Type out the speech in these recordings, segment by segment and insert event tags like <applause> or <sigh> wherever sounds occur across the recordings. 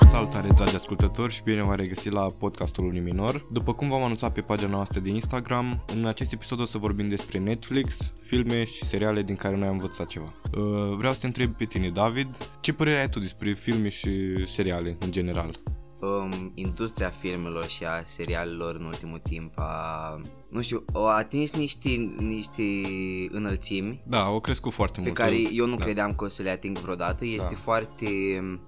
Salutare dragi ascultători și bine v-am regăsit la podcastul unui minor. După cum v-am anunțat pe pagina noastră de Instagram, în acest episod o să vorbim despre Netflix, filme și seriale din care noi am învățat ceva. Uh, Vreau să te întreb pe tine, David, ce părere ai tu despre filme și seriale în general? um, industria filmelor și a serialelor în ultimul timp a, nu știu, au atins niște, niște înălțimi Da, au crescut foarte pe mult. care eu nu da. credeam că o să le ating vreodată. Este Da. foarte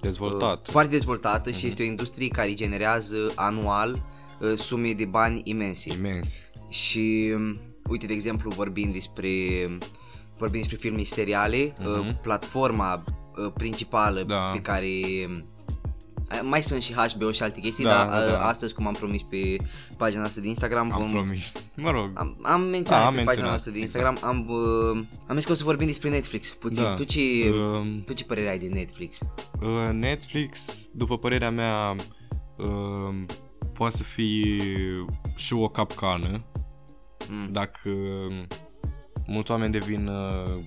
Dezvoltat. Mhm. uh, foarte dezvoltată și este o industrie care generează anual uh, sume de bani imense. Imens. Și um, uite, de exemplu, vorbim despre vorbim despre filme și seriale, uh, Mhm. platforma uh, principală Da. pe care uh, mai sunt și HBO și alte chestii, Da, dar da, uh, da. astăzi, cum am promis pe pagina noastră de Instagram, Am vom, promis. Mă rog. am, am menționat Da, am pe pagina menționat, noastră de Instagram, am, uh, am zis că o să vorbim despre Netflix puțin. Da. Tu, ce, Um, tu ce părere ai de Netflix? Uh, Netflix, după părerea mea, uh, poate să fie și o capcană Mm. dacă um, mulți oameni devin uh,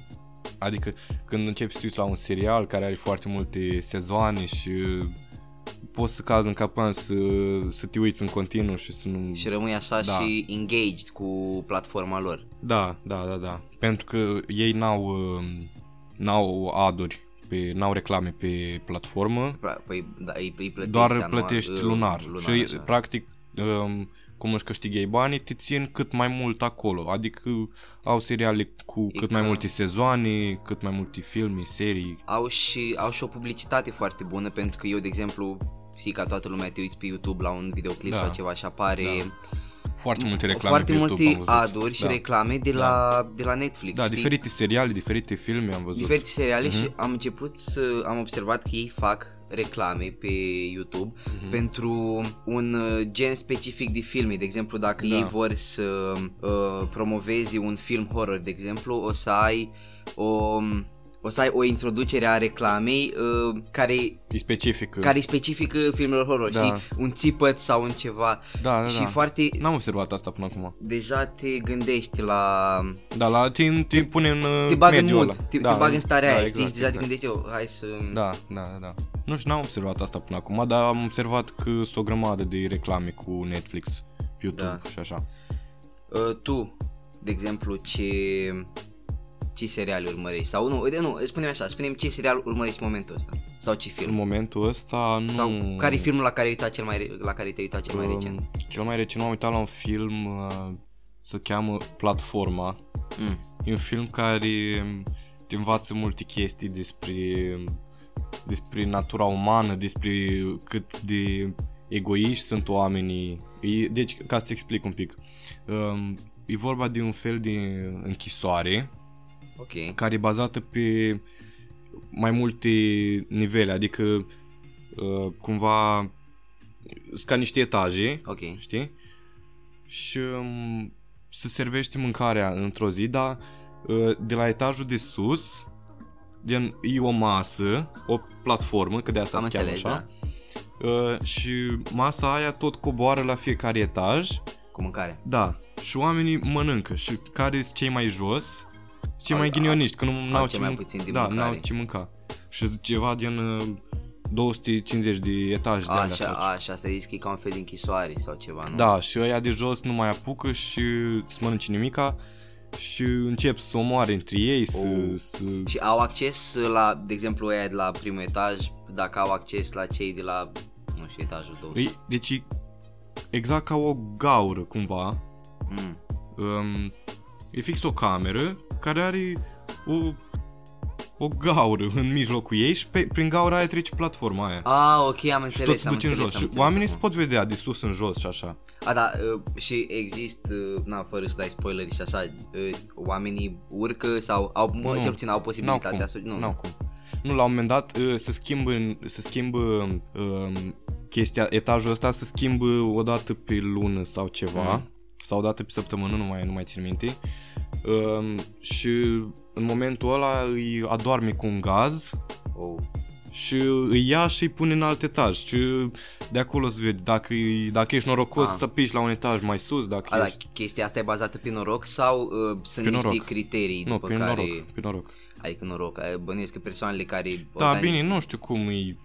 adică când începi să te uiți la un serial care are foarte multe sezoane și uh, poți să cazi în capcan să, să te uiți în continuu și să nu... Și rămâi așa Da. și engaged cu platforma lor. Da, da, da, da. Pentru că ei n-au, uh, n-au aduri, pe, n-au reclame pe platformă, Pra- Păi, da, îi, îi plătești doar anual, plătești uh, lunar. lunar și așa. practic um, cum își câștigi ei banii, te țin cât mai mult acolo. Adică au seriale cu E cât mai ca- multe sezoane, cât mai multe filme, serii. au și, au și o publicitate foarte bună pentru că eu, de exemplu, știi ca toată lumea te uiți pe YouTube la un videoclip Da. sau ceva și apare Foarte multe reclame foarte pe multe YouTube, am văzut. aduri și da. reclame de Da. la, de la Netflix. Da, știi? diferite seriale, diferite filme am văzut. Diferite seriale Mhm. și am început să am observat că ei fac reclame pe YouTube Mhm. pentru un uh, gen specific de filme. De exemplu, dacă Da. ei vor să uh, promoveze un film horror, de exemplu, o să ai o um, o să ai o introducere a reclamei uh, care E specifică. care e specific uh, filmelor horror, Mm. Da. știi? Un țipăt sau un ceva Da, da, și da. foarte N-am observat asta până acum. deja te gândești la Da, la te, te pune în uh, te bag în mediul mood, ăla. te, da, te bag în starea da, aia, exact, știi? Adică Și deja te exact. gândești eu, hai să Da, da, da, da. Nu știu, n-am observat asta până acum, dar am observat că sunt o grămadă de reclame cu Netflix, YouTube Da. și așa. Uh, tu, de exemplu, ce ce serial urmărești sau nu, uite, nu, spune așa, spune ce serial urmărești în momentul ăsta sau ce În film momentul ăsta nu... sau care e filmul la care ai uitat cel mai re- la care te-ai uitat cel mai Mm. Um, recent? Cel mai recent m-am uitat la un film, uh, se cheamă Platforma. Mm. E un film care te învață multe chestii despre, despre natura umană, despre cât de egoiști sunt oamenii. E- Deci, ca să explic un pic, um, e vorba de un fel de închisoare Ok. care e bazată pe mai multe nivele, adică uh, cumva sunt ca niște etaje, Ok. știi? Și um, se servește mâncarea într-o zi, dar uh, de la etajul de sus gen, e o masă, o platformă, că de asta Am se cheamă înțeles, așa, da. uh, și masa aia tot coboară la fiecare etaj Cu mâncare. da, și oamenii mănâncă și care sunt cei mai jos, cei Au- mai ghinioniști, că nu au au cel ce mai mân- puțin din da, mâncare. n-au ce mânca. Și sunt ceva din uh, 250 de etaje de alea Așa, sau ce. așa, să zici că e ca un fel de închisoare sau ceva, nu? Da, și ăia de jos nu mai apucă și îți mănânci nimica și încep să omoare între ei, să... Oh. să... Și au acces la, de exemplu, ăia de la primul etaj, dacă au acces la cei de la, nu știu, etajul 2. Ei, Deci e exact ca o gaură cumva, Mm. um, e fix o cameră care are o, o gaură în mijlocul ei și pe, prin gaura aia trece platforma aia. Ah, ok, am și înțeles, tot se am duce în înțeles, jos. am Și înțeles oamenii se acum. pot vedea de sus în jos și așa. A, da, uh, și există, uh, na, fără să dai spoileri și așa, uh, oamenii urcă sau au, mă, Nu, cel puțin au N-au cum. posibilitatea să... Nu, N-au cum. Nu, la un moment dat uh, se schimbă, în- se schimbă um, chestia, etajul ăsta se schimbă o dată pe lună sau ceva. Mm. Sau o dată pe săptămână, nu mai, nu mai țin minte. Um, și în momentul ăla îi adoarme cu un gaz Oh. și îi ia și îi pune în alt etaj și de acolo se vede dacă, e- dacă ești norocos Ah. să piși la un etaj mai sus, dacă A, da, ești... chestia asta e bazată pe noroc sau uh, sunt Pe niște noroc. criterii Nu, după pe care... noroc, pe noroc. Adică noroc, ai- bănuiesc că persoanele care Da, bine, nu știu cum e,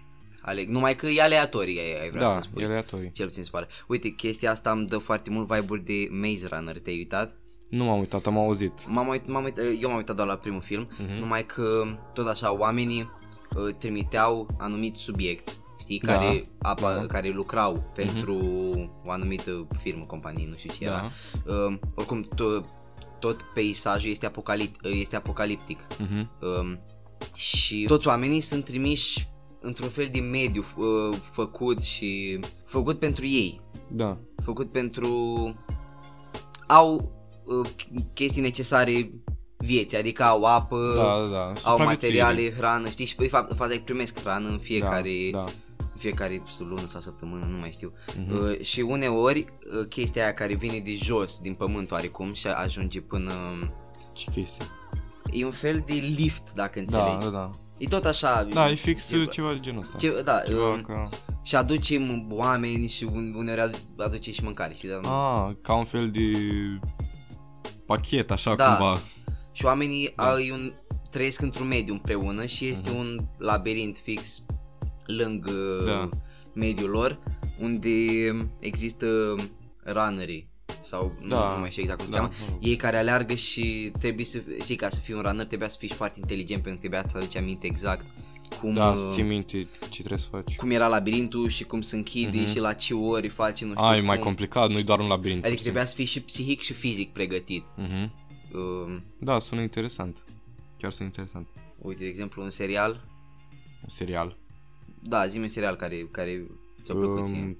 aleg, numai că e aleatorii, ai, ai vrea da, să spui. e aleatorii. Cel puțin se pare. Uite, chestia asta îmi dă foarte mult vibe-uri de Maze Runner, te-ai uitat? Nu m-am uitat, am auzit. M-am uit, m-am uit, eu m-am uitat doar la primul film, Mhm. mm-hmm. numai că tot așa oamenii uh, trimiteau anumiți subiecti, știi, Da, care, apa, da. care lucrau pentru o anumită firmă, companie, nu știu ce era. Da. Uh, oricum, to- tot peisajul este, apocalipt, uh, este apocaliptic Mhm. um, și Da. toți oamenii sunt trimiși într-un fel de mediu uh, făcut și făcut pentru ei, Da, făcut pentru au uh, chestii necesare vieții, adică au apă, da, da, da. au supraviețuire. materiale, hrană, știi, și de fapt, faza e că primesc hrană în Da, fiecare, Da, în fiecare lună sau săptămână, nu mai știu. Mhm. Uh, și uneori uh, chestia aia care vine de jos, din pământ oarecum și ajunge până Ce chestie. e un fel de lift, dacă înțelegi. Da, da, da. E tot așa. Da, e fix e- ceva de genul ăsta. Ce, da, Ceva um, ca... și aducem oameni și un- uneori adu- aduce și mâncare și, da, Ah, ca un fel de pachet, așa Da. cumva. și oamenii da. da. ai un, trăiesc într-un mediu împreună și este Mhm. un labirint fix lângă Da. da. mediul lor unde există runnerii sau Da. nu, nu mai știu exact cum se Da, cheamă. mă rog. Ei care aleargă și trebuie să, știi, ca să fii un runner trebuia să fii și foarte inteligent pentru că trebuia să aduci aminte exact cum, Da, uh, să ții minte ce trebuie să faci. cum era labirintul și cum se închide Mhm. și la ce ori faci, nu știu Ah, e mai cum. complicat, nu-i doar un labirint. Adică pur și trebuia să fii și psihic și fizic pregătit. simplu. Mhm. Um, Da, sună interesant. Chiar sună interesant. uite, de exemplu, un serial. Un serial. Da, zi un serial care, care ți-a plăcut ție. Um,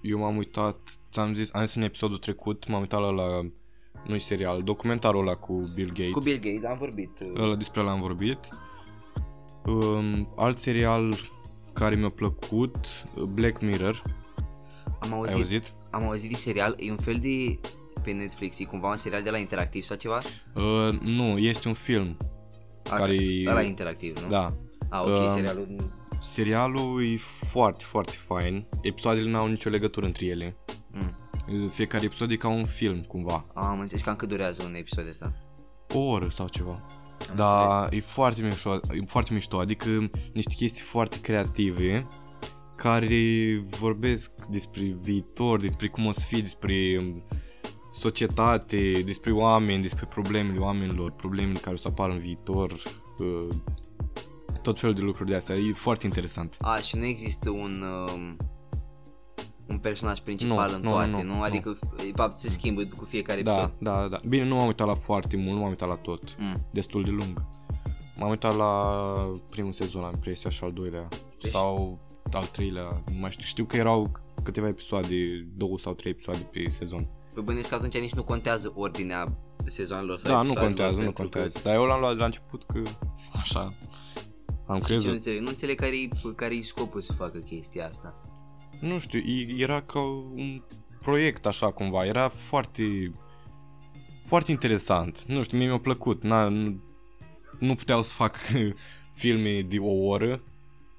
eu m-am uitat, ți-am zis, am zis în episodul trecut, m-am uitat la, la nu serial, documentarul ăla cu Bill Gates. Cu Bill Gates am vorbit. uh, Ăla despre l-am vorbit. Um, alt serial care mi-a plăcut, Black Mirror, am ai auzit, auzit? am auzit de serial, e un fel de pe Netflix, e cumva un serial de la interactiv sau ceva? Uh, nu, este un film. A, da, Care e- la interactiv, nu? Da. A, ok, Um, serialul... mm, Serialul e foarte, foarte fain. Episoadele n-au nicio legătură între ele. Mm. Uh, Fiecare episod e ca un film, cumva. Am înțeles cam cât durează un episod ăsta. O oră sau ceva. Dar e foarte mișto, e foarte mișto, adică niște chestii foarte creative care vorbesc despre viitor, despre cum o să fie, despre um, societate, despre oameni, despre problemele oamenilor, problemele care o să apară în viitor, uh, tot felul de lucruri de astea, e foarte interesant. A, și nu există un... Um, un personaj principal Nu, în nu, toate, nu, nu? nu. Adică, de fapt, se schimbă cu fiecare Da, episod. da, da. Bine, nu m-am uitat la foarte mult, nu m-am uitat la tot. Mm. Destul de lung. M-am uitat la primul sezon, am impresia, și al doilea. Deci- Sau al treilea, nu mai știu. Știu că erau câteva episoade, două sau trei episoade pe sezon. Păi bănesc că atunci nici nu contează ordinea sezoanelor sau da, nu episoadelor, contează, nu pentru că- contează. Dar eu l-am luat de la început că așa am Și ce nu crezut. înțeleg, nu înțeleg care-i, care-i scopul să facă chestia asta. Nu știu, e- era ca un proiect așa cumva, era foarte foarte interesant. Nu știu, mie mi-a plăcut. Na, nu, nu puteau să fac <laughs> filme de o oră.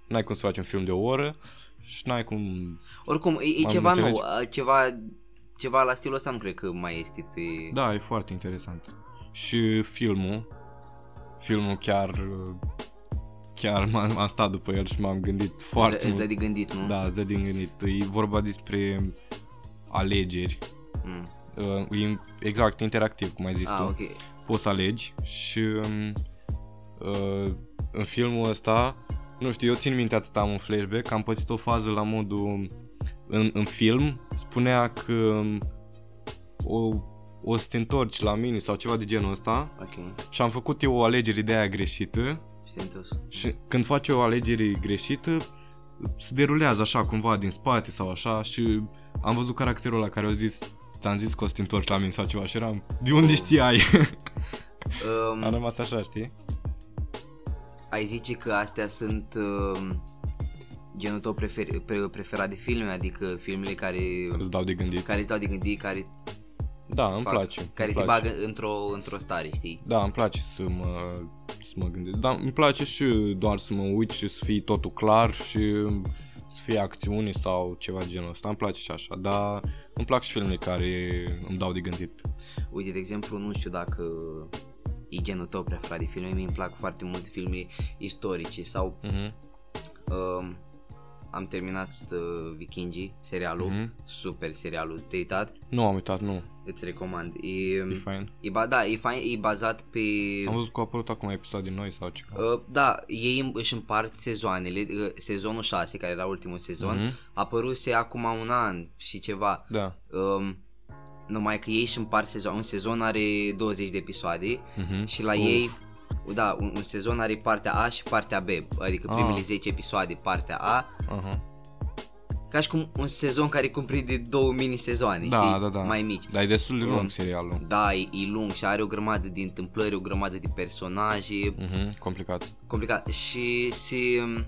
N-ai cum să faci un film de o oră și n-ai cum... Oricum, e, e Am ceva înțeles. nou, a, ceva, ceva la stilul ăsta nu cred că mai este pe... Da, e foarte interesant. Și filmul, filmul chiar chiar <laughs> m-am, m-am stat după el și m-am gândit Îți foarte dă- Îți dă mult. de gândit, nu? Da, îți dă din gândit. E vorba despre alegeri. Mm. Uh, e exact interactiv, cum ai zis Ah, tu. ok. poți să alegi și um, uh, în filmul ăsta, nu știu, eu țin minte atât am un flashback, că am pățit o fază la modul în, în film, spunea că um, o, o să te întorci la mine sau ceva de genul ăsta Ok. și am făcut eu o alegere de aia greșită Și te-ai întors. și când faci o alegere greșită se derulează așa cumva din spate sau așa și am văzut caracterul ăla care a zis ți-am zis că o să te întorci la mine sau ceva și eram de unde <laughs> știai? Am Um, rămas așa, știi? ai zice că astea sunt um, genul tău prefer, pre, preferat de filme, adică filmele care, Îți dau de gândit. care îți dau de gândit, care Da, îmi fac, place, îmi Care place. te bagă într-o, într-o stare, știi? Da, îmi place să mă, să mă gândesc, dar îmi place și doar să mă uit și să fie totul clar și să fie acțiune sau ceva genul ăsta, îmi place și așa, dar îmi plac și filmele care îmi dau de gândit. Uite, de exemplu, nu știu dacă e genul tău prea frate de filme, mi îmi plac foarte mult filme istorice sau Mhm, um, am terminat uh, Vikingii, serialul, mhm. super serialul, te uitat, Nu am uitat, nu, îți recomand. E, um, e fain. e, ba, da, e, fain, e bazat pe... Am văzut că a apărut acum episoade noi sau ceva. Uh, da, ei îm- își împart sezoanele, uh, sezonul 6 care era ultimul sezon, mm-hmm. Mhm, apăruse acum un an și ceva. Da. Um, numai că ei își împart sezon, un sezon are 20 de episoade Mhm. și la Uf. ei, da, un, un sezon are partea A și partea B, adică Ah. primele 10 episoade partea A, Aha. ca și cum un sezon care cuprinde două mini-sezoane, Da, știi? da, da. mai mici. Dar e destul de Um, lung serialul. Da, e, e lung și are o grămadă de întâmplări, o grămadă de personaje, Mhm, complicat. complicat și se um,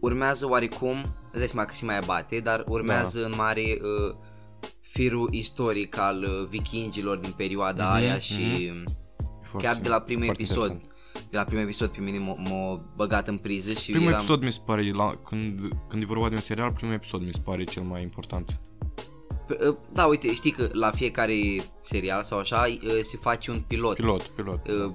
urmează oarecum, îți dai seama că se mai abate, dar urmează da. în mare uh, firul istoric al uh, vikingilor din perioada Mhm, mm-hmm, aia și mm-hmm. E foarte- chiar de la primul foarte episod. interesant. De la primul episod pe mine m-a- m-a băgat în priză și Primul eram... episod mi se pare, la, când, când e vorba de un serial, primul episod mi se pare cel mai important. P- uh, Da, uite, știi că la fiecare serial sau așa uh, se face un pilot. Pilot, pilot. Uh,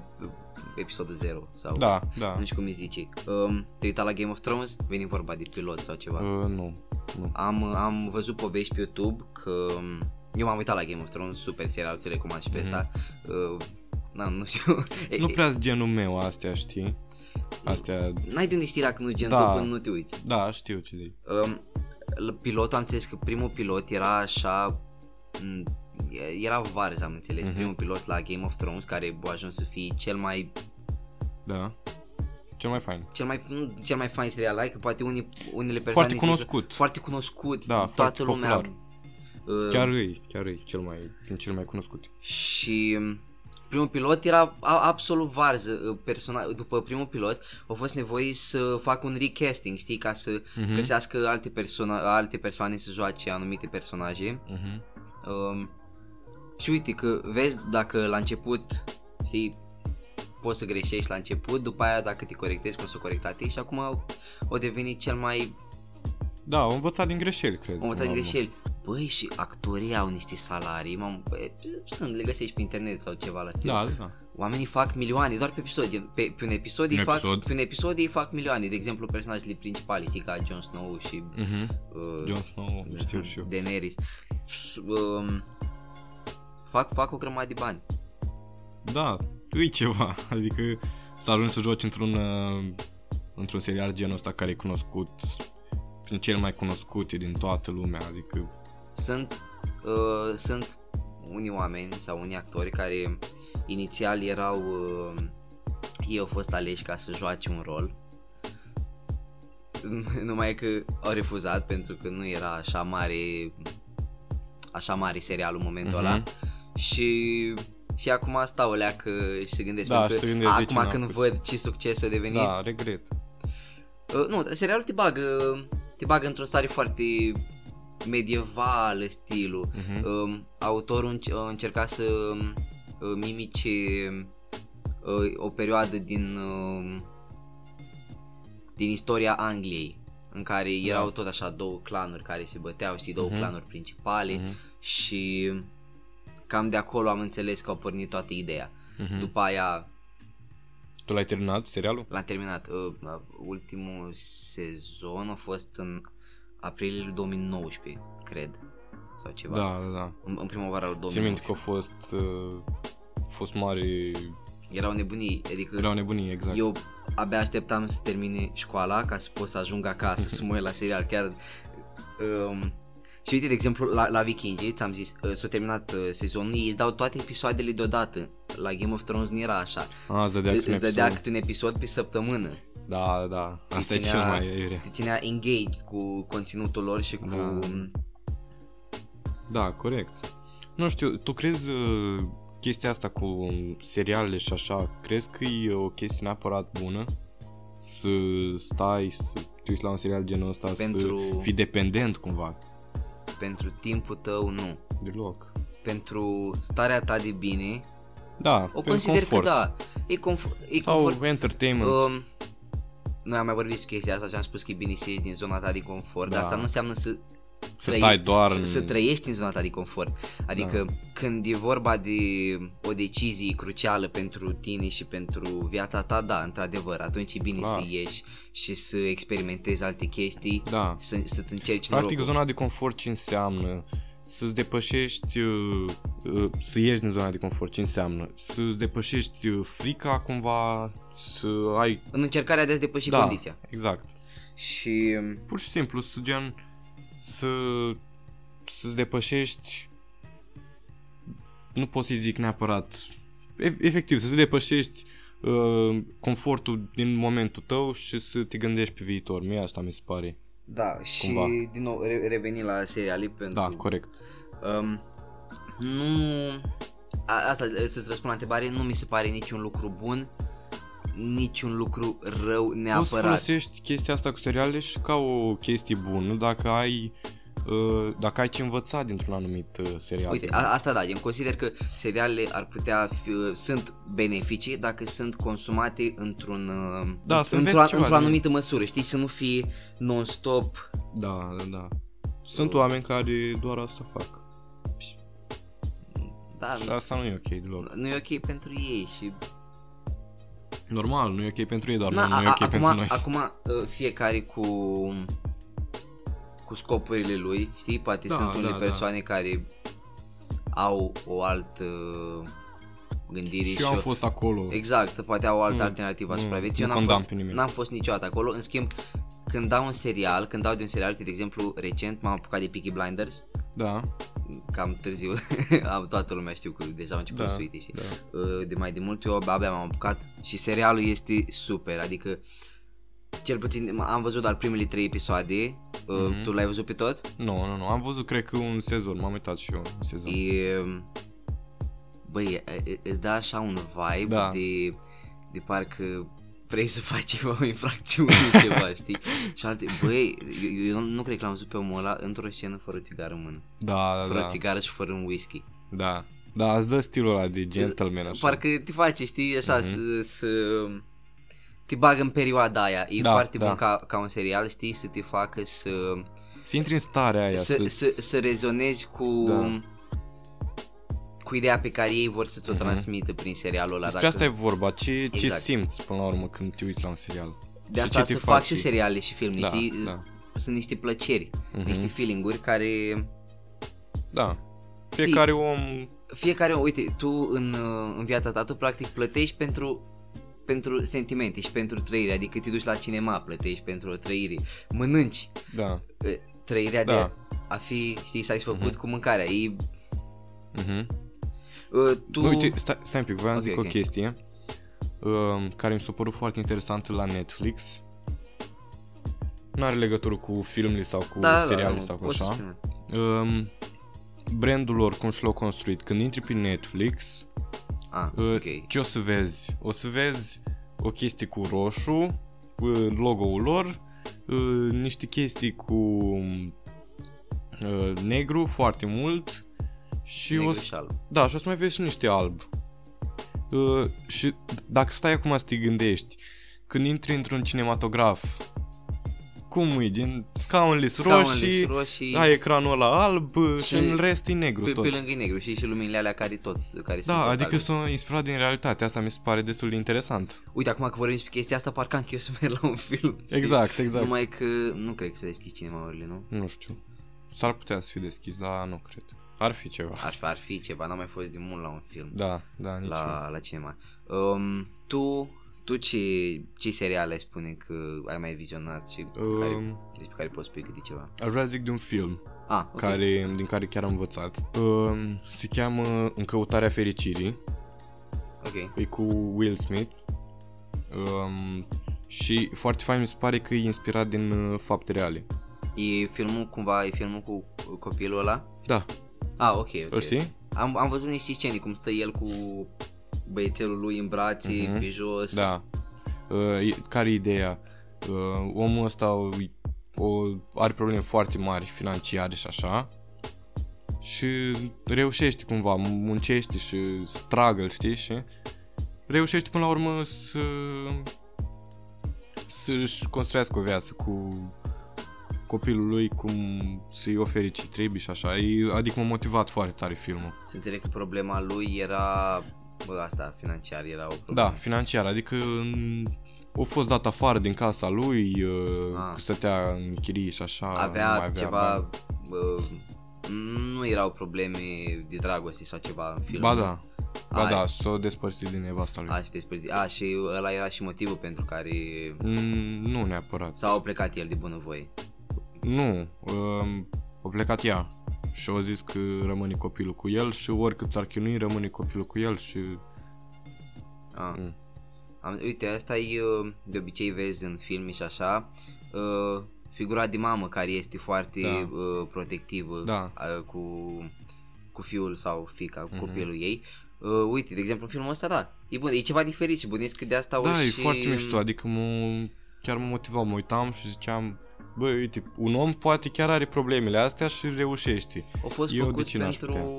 Episodul 0 sau Da, da. nu știu cum îi zice. Um, te-ai uitat la Game of Thrones? Veni vorba de pilot sau ceva. Uh, nu, nu. Am, am văzut povești pe YouTube că mm, eu m-am uitat la Game of Thrones, super serial, ți recomand și pe Mhm. ăsta. Uh, na, nu știu. Nu prea genul meu astea, știi? Astea, N-ai de unde știi dacă nu gen Da. da. până nu te uiți. da, știu ce zici. Um, l- pilotul am înțeles că primul pilot era așa m, era Varz, am înțeles, Mhm. mm-hmm. primul pilot la Game of Thrones care a ajuns să fie cel mai Da. Cel mai fain. cel mai nu cel mai fain serial, like, că poate unii, unele persoane Foarte zic că- cunoscut. foarte cunoscut, Da, toată foarte lumea. popular. uh, Chiar îi, chiar îi, cel mai, din cel mai cunoscut. Și um, primul pilot era a- absolut varză. Persona- după primul pilot au fost nevoie să fac un recasting, știi, ca să Mhm. găsească alte, persoane, alte persoane să joace anumite personaje. Mhm. Um, și uite că vezi dacă la început, știi, poți să greșești la început, după aia dacă te corectezi, cum să corectate și acum au, au devenit cel mai Da, am învățat din greșeli, cred. am învățat din până la urmă. greșeli. Băi, și actorii au niște salarii, m-am, bă, sunt, le găsești pe internet sau ceva la stil. Da, da. Oamenii fac milioane doar pe episoade, pe, pe un episod Un ei fac, episod. pe un episod ei fac milioane, de exemplu personajele principale, știi, ca Jon Snow și Mhm. uh, Jon Snow, știu și eu. Daenerys. S- um, fac, fac o grămadă de bani. Da, e ceva, <laughs> adică să ajungi să joci într-un uh, într-un serial genul ăsta care e cunoscut prin cel mai cunoscut e din toată lumea, adică Sunt, uh, sunt unii oameni sau unii actori care inițial erau uh, ei au fost aleși ca să joace un rol. <laughs> Numai că au refuzat pentru că nu era așa mare așa mare serialul în momentul Mhm. ăla și și acum stau alea că și se gândesc Da, pentru și se că gândesc de ce acum n-am când făcut. văd ce succes a devenit da, regret. Uh, nu, serialul te bagă, te bagă într-o stare foarte medievală stilul. Mhm. Um, autorul înc- a încercat să uh, mimice uh, o perioadă din uh, din istoria Angliei în care Da. erau tot așa două clanuri care se băteau, știi, două Mhm. clanuri principale Mhm. și cam de acolo am înțeles că au pornit toată ideea. Mhm. După aia Tu l-ai terminat serialul? L-am terminat. Uh, uh, ultimul sezon a fost în aprilie lui 2019, cred. Sau ceva. Da, da, da. În, în primăvara lui Țin minte că a 2019. fost uh, a fost mare, Erau nebunii. Adică erau nebunie, exact. Da. eu abia așteptam să termine școala ca să pot să ajung acasă să mă uit la serial. Chiar... Um, și uite, de exemplu, la, la Vikingi, ți-am zis, uh, s-a terminat uh, sezonul, ei îți dau toate episoadele deodată. La Game of Thrones nu era așa. A, îți dădea câte un Îți dădea episod. câte un episod pe săptămână. Da, da, da. Asta e ținea- cel mai iure. te ținea engaged cu conținutul lor și cu... Da. Da. Da, corect. Nu știu, tu crezi uh, chestia asta cu serialele și așa, crezi că e o chestie neapărat bună? Să stai, să te uiți la un serial genul ăsta, să Pentru- fii dependent cumva. Pentru timpul tău, nu. Deloc. Pentru starea ta de bine, Da, o pe consider confort. că da. E, conf- e Sau confort entertainment. Um, noi am mai vorbit despre chestia asta și am spus că e bine să ieși din zona ta de confort, Da. dar asta nu înseamnă să, Să stai doar să, în- Da. să trăiești din zona ta de confort. Adică când e vorba de o decizie crucială pentru tine și pentru viața ta, da, într-adevăr, atunci e bine Clar. să ieși și să experimentezi alte chestii, Da. să, să-ți încerci Practic norocul. zona de confort ce înseamnă? Să-ți depășești, uh, uh, să ieși din zona de confort, ce înseamnă? Să-ți depășești uh, frica cumva, să ai... În încercarea de a-ți depăși da, condiția. exact. Și Pur și simplu, să gen, să, să-ți depășești, nu pot să-i zic neapărat, E- efectiv, să-ți depășești uh, confortul din momentul tău și să te gândești pe viitor. Mie asta mi se pare. da, și Cumva. din nou re- reveni la serialii pentru Da, corect. Um, nu... A, asta, să-ți răspund la întrebare, nu mi se pare niciun lucru bun, niciun lucru rău Poți să neapărat. folosești chestia asta cu seriale și ca o chestie bună dacă ai uh, dacă ai ce învăța dintr-un anumit uh, serial. Uite, a, asta da, eu consider că serialele ar putea fi, sunt beneficii dacă sunt consumate într-un uh, Da, să într-o, înveți ceva într-o din- anumită măsură, știi, să nu fie non-stop. Da, da, da. Sunt oameni care doar asta fac. Da, Și asta nu e ok deloc. nu e ok pentru ei și Normal, nu e ok pentru ei, dar Na, nu, nu e a- ok a- pentru acum, noi. acum uh, fiecare cu cu scopurile lui, știi? Poate Da, sunt unele da, da. persoane care au o altă uh, gândire și eu am fost acolo. Exact, poate au o altă Nu, alternativă nu, asupra vieții. nu Eu n-am condamn fost, pe nimeni. n-am fost niciodată acolo. În schimb, când dau un serial, când dau de un serial, uite, de exemplu, recent m-am apucat de Peaky Blinders, Da, cam târziu, <laughs> am toată lumea știu că deja am început da, să uite, știi? da. Uh, de mai de mult, eu abia m-am apucat și serialul este super, adică cel puțin am văzut doar primele trei episoade, uh, Mhm. tu l-ai văzut pe tot? Nu, nu, nu. Am văzut, cred că un sezon. M-am uitat și eu un sezon. E, um, băi, e- îți dă așa un vibe Da. de, de parcă vrei să faci ceva, o infracțiune, <laughs> ceva, știi? Și alte, băi, eu, eu nu cred că l-am văzut pe omul ăla într-o scenă fără țigară în mână, Da, da, fără da. țigară și fără un whisky. Da. Da, îți dă stilul ăla de gentleman așa. Parcă te face, știi, așa, Mhm. să, să te bagă în perioada aia. E Da, foarte da. bun ca, ca un serial, știi, să te facă să Să intri în starea aia. să, să, să rezonezi cu Da. cu ideea pe care ei vor să ți-o Mhm. transmită prin serialul ăla. Despre asta e vorba, ce, ce Exact. simți până la urmă când te uiți la un serial. de și asta ce se te fac faci. și seriale și filme, Da, știi? da. Sunt niște plăceri, Mhm. niște feeling-uri care Da. Fiecare om... fiecare, uite, tu în, uh, în viața ta, tu practic plătești pentru pentru sentimente și pentru trăire, adică te duci la cinema, plătești pentru o trăire, mănânci Da. uh, trăirea Da. de a fi, știi, satisfăcut cu mâncarea. E, Mhm. uh, tu, Tu... Uite, stai, stai un pic, voiam Ok, okay, zic ok. o chestie um, care mi s-a părut foarte interesantă la Netflix. Nu are legătură cu filmele sau cu seriale sau cu poți să așa. spui, Da, mă. Um, brandul lor, cum și l-au construit. Când intri pe Netflix, Ah, Uh, ok. Ce o să vezi? O să vezi o chestie cu roșu, cu logo-ul lor, uh, niște chestii cu uh, negru foarte mult și Negru o să, și alb. da, și o să mai vezi și niște alb. Uh, și dacă stai acum să te gândești, când intri într-un cinematograf, cum e? Din scaunele sunt Scaunele roșii, sunt roșii, ai ecranul ăla alb uh, și, Și în rest e Da, negru pe, tot. pe lângă e negru și și luminile alea care tot, care sunt Da, tot adică albe. sunt inspirat din realitate, asta mi se pare destul de interesant. Uite, acum că vorbim despre chestia asta, parcă am chef să merg la un film. știi? Exact, exact. Numai că nu cred că se deschid cinemaurile, nu? Nu știu. S-ar putea să fi deschis, dar nu cred. Ar fi ceva. Ar, ar fi ceva, n-am mai fost de mult la un film. Da, da, nici eu. la, la cinema. Um, tu, tu ce, ce seriale spune că ai mai vizionat și um, care, Um, despre care poți spui câte ceva? Aș vrea să zic de un film Ah, ok. okay. care, din care chiar am învățat. Um, se cheamă În căutarea fericirii. Ok. E cu Will Smith. Um, și foarte fain mi se pare că e inspirat din uh, fapte reale. E filmul cumva, e filmul cu cu copilul ăla? Da, Ah, ok, îl ok. știi? Am, am văzut niște scene cum stă el cu băiețelul lui în brațe, Mhm. mm-hmm. pe jos. Da. Uh, e- care e ideea? Uh, omul ăsta o, o, are probleme foarte mari financiare și așa și reușești cumva, muncești și struggle, știi, și reușești până la urmă să să-și construiască o viață cu copilul lui, cum să-i oferi ce trebuie și așa. E- Adică m-a motivat foarte tare filmul. Să înțeleg că problema lui era bă, asta financiar era o problemă. Da, financiar, adică m, a fost dat afară din casa lui, Ah. ah. stătea în chirii și așa. avea, Ah, nu mai avea bani. ceva bă, nu erau probleme de dragoste sau ceva în film. Ba da, ba Ai. da, s-o despărțit din nevasta lui. A, și despre zi. A, și ăla era și motivul pentru care Mm, nu neapărat. s-au plecat el de bunăvoie. Nu, um, a plecat ea și au zis că rămâne copilul cu el și oricât s-ar chinui rămâne copilul cu el și... A. Mm. Am, uite, asta e, uh, de obicei vezi în filme și așa, uh, figura de mamă care este foarte Da. uh, protectivă Da. uh, cu, cu fiul sau fica, cu Mhm. copilul ei. Uh, uite, de exemplu, în filmul ăsta, da, e, bun, e ceva diferit și bănuiesc că de asta o Da, e și... foarte mișto, adică mă, chiar mă motiva, mă uitam și ziceam... Bă, uite, un om poate chiar are problemele astea și reușește. A fost Eu de făcut ce n-aș pentru...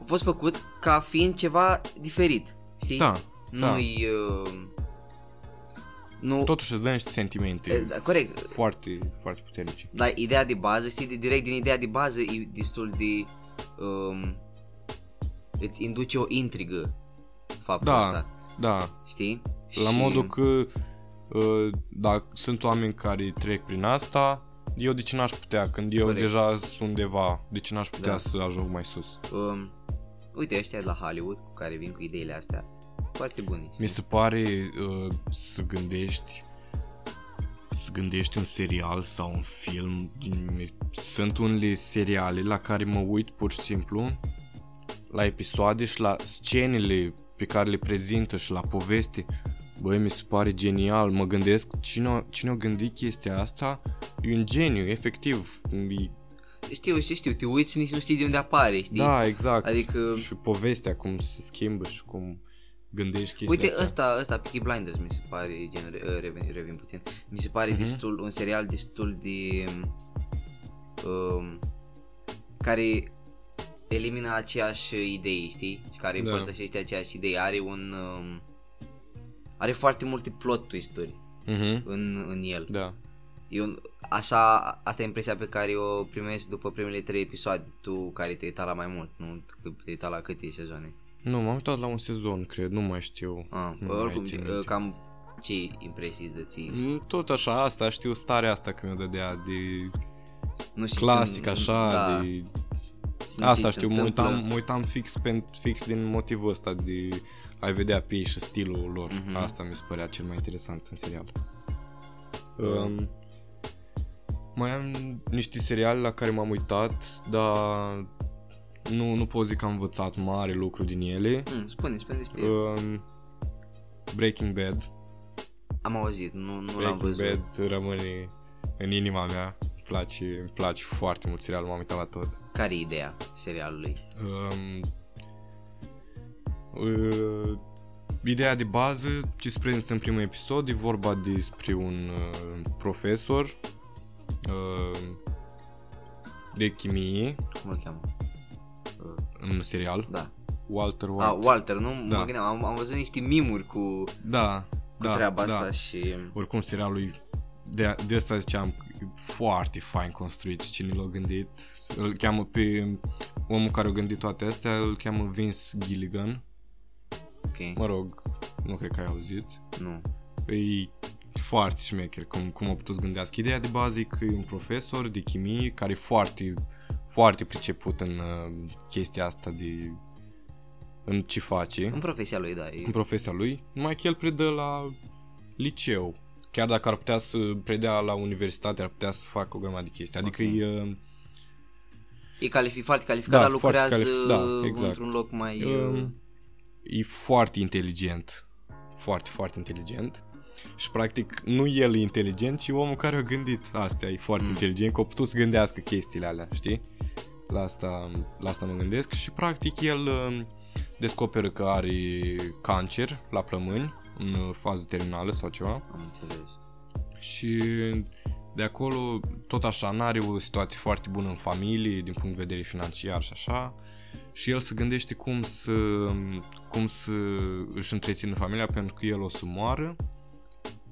A fost făcut ca fiind ceva diferit, știi? Da, da. Nu-i... Uh... Nu... totuși îți dă niște sentimente Eh, da, Corect, foarte, foarte puternice. dar ideea de bază, știi, de direct din ideea de bază e destul de... Um, îți induce o intrigă faptul Da. ăsta, Da, știi? La modul că uh, dacă sunt oameni care trec prin asta, eu de ce n-aș putea, când eu Corect. deja sunt undeva, de ce n-aș putea Da. să ajung mai sus? Um, uite, ăștia de la Hollywood, cu care vin cu ideile astea, foarte bune, știi? Mi se pare uh, să gândești să gândești un serial sau un film. Mi- Sunt unele seriale la care mă uit pur și simplu la episoade și la scenele pe care le prezintă și la poveste. Băi, mi se pare genial, mă gândesc cine o, cine o gândit chestia asta, e un geniu, efectiv. E, Știu, știu, știu, te uiți și nici nu știi de unde apare, știi? da, exact. Adică- Și povestea, cum se schimbă și cum gândești chestia Uite, asta. ăsta, ăsta, Peaky Blinders mi se pare, gen, re- revin, revin puțin, mi se pare Mhm. destul, un serial destul de, um, care elimină aceeași idei, știi? Și care Da. împărtășește aceeași idei, are un, um, are foarte multe plot twist-uri Mhm. în, în el. Da. E un, așa, asta e impresia pe care o primești după primele trei episoade, tu care te-ai uitat la mai mult, nu că te-ai uitat la câte sezoane. Nu, m-am uitat la un sezon, cred, nu mai știu. Ah, Nu mai oricum, țin uh, minte. cam ce impresii de ții? Mm, Tot așa, asta, știu starea asta că mi-o dădea de nu știu clasic, ce- așa, da, de... și nu Asta ce se știu, mă întâmplă. uitam, mă uitam fix, pen, fix din motivul ăsta de ai vedea pe ei și stilul lor. Mhm. Asta mi se părea cel mai interesant în serial. Da. Um, mai am niște seriale la care m-am uitat, dar nu, nu pot zic că am învățat mare lucru din ele. Mm, spune, spune despre el. Um, Breaking Bad. Am auzit, nu, nu l-am Breaking văzut. Bad rămâne în inima mea. Îmi place, îmi place foarte mult serialul, m-am uitat la tot. Care e ideea serialului? Um, uh, ideea de bază, ce se prezintă în primul episod, e vorba despre un uh, profesor uh, de chimie Cum îl cheamă? Uh, în serial, Da. Walter White. Ah, Walter, nu? Da. Mă gândeam, am, am văzut niște mimuri cu, cu Da, da, treaba da. asta și... Oricum serialul e- de, de asta ziceam că e foarte fain construit și cine l-a gândit îl cheamă pe omul care a gândit toate astea îl cheamă Vince Gilligan Ok, mă rog nu cred că ai auzit nu. e foarte șmecher cum, cum a putut să gândească ideea de bază e că e un profesor de chimie care e foarte foarte priceput în uh, chestia asta de în ce face În profesia lui, da. în E... profesia lui, numai că el predă la liceu. Chiar dacă ar putea să predea la universitate, ar putea să facă o grămadă de chestii. Adică Ok. okay. e, E calific, foarte calificat, Da, dar foarte lucrează calific- da, exact. într-un loc mai... Um, uh, e foarte inteligent. Foarte, foarte inteligent. Și practic nu el e inteligent, ci omul care a gândit astea. E foarte Mm. mm. inteligent, că a putut să gândească chestiile alea, știi? La asta, la asta mă gândesc. Și practic el um, descoperă că are cancer la plămâni, în uh, fază terminală sau ceva. Am înțeles. și De acolo, tot așa, n-are o situație foarte bună în familie, din punct de vedere financiar și așa. Și el se gândește cum să, cum să își întrețină familia pentru că el o să moară.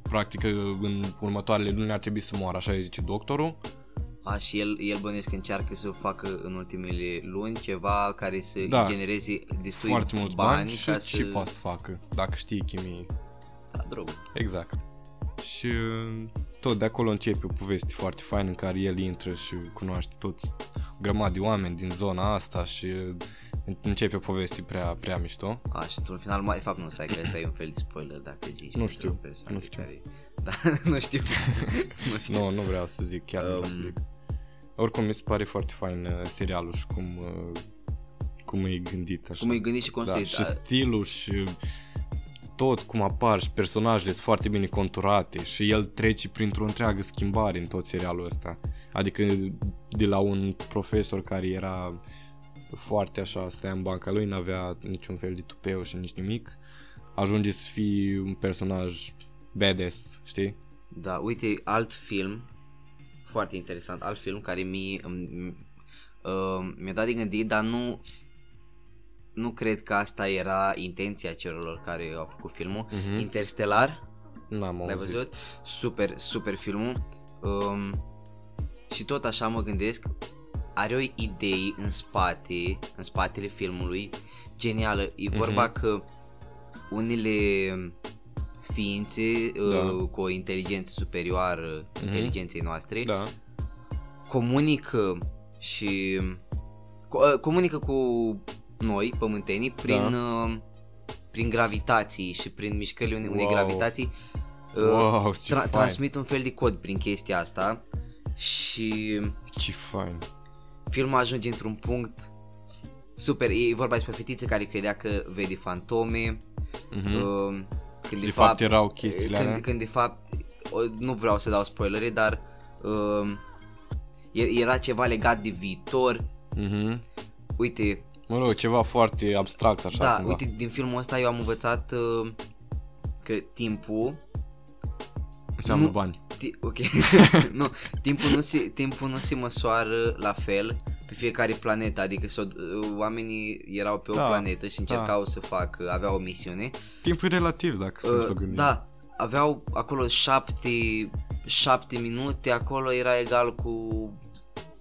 Practic, în următoarele luni ar trebui să moară, așa îi zice doctorul. A, și el, el bănuiesc că încearcă să facă în ultimele luni ceva care să Da. da. genereze destui foarte mulți bani, bani și, ca să... și poate să facă, dacă știi chimie. Da, drogă. Exact. Și uh, tot de acolo începe o poveste foarte faină în care el intră și cunoaște toți o grămadă de oameni din zona asta și uh, începe o poveste prea, prea <laughs> mișto. A, și într-un final, mai, de fapt nu, stai că ăsta e un fel de spoiler dacă zici. Nu pentru știu, persoane nu știu. Care... Da, <laughs> nu știu. nu știu. Nu, no, nu vreau să zic, chiar um... nu vreau să Um. zic. Oricum mi se pare foarte fain uh, serialul și cum, uh, cum e gândit așa. Cum e gândit și da, construit. și stilul și tot cum apar și personajele sunt foarte bine conturate și el trece printr-o întreagă schimbare în tot serialul ăsta. Adică de la un profesor care era foarte așa, stăia în banca lui, n-avea niciun fel de tupeu și nici nimic, ajunge să fii un personaj badass, știi? Da, uite, alt film foarte interesant, alt film care mi îmi- îmi- mi-a dat de gândit, dar nu nu cred că asta era intenția celor care au făcut filmul. Mhm. Interstellar, N-am l-ai auzit. văzut? Super, super filmul. Um, și tot așa mă gândesc, are o idee în spate, în spatele filmului, genială. E Mhm. vorba că unele ființe Da. uh, cu o inteligență superioară Mhm. inteligenței noastre Da, comunică și co- uh, comunică cu noi, pământenii, Da. prin, uh, prin gravitații și prin mișcările unei, unei Wow. gravitații. uh, wow, ce tra- fain, transmit un fel de cod prin chestia asta și ce fain. Uh, filmul ajunge într-un punct super. E vorba despre o fetiță care credea că vede fantome, Mhm. uh, când de fapt erau chestiile când, alea. când de fapt, o, nu vreau să dau spoilere, dar uh, era ceva legat de viitor. Mhm. Uite, Mă rog, ceva foarte abstract așa da, cumva. uite, din filmul ăsta eu am învățat uh, că timpul Înseamnă nu- bani. Ti- ok. <laughs> nu, timpul nu, se, timpul nu se măsoară la fel pe fiecare planetă, adică s-o, oamenii erau pe o Da, planetă și încercau să facă, aveau o misiune. Timpul e relativ dacă stăm să o gândim. da, aveau acolo șapte, șapte minute, acolo era egal cu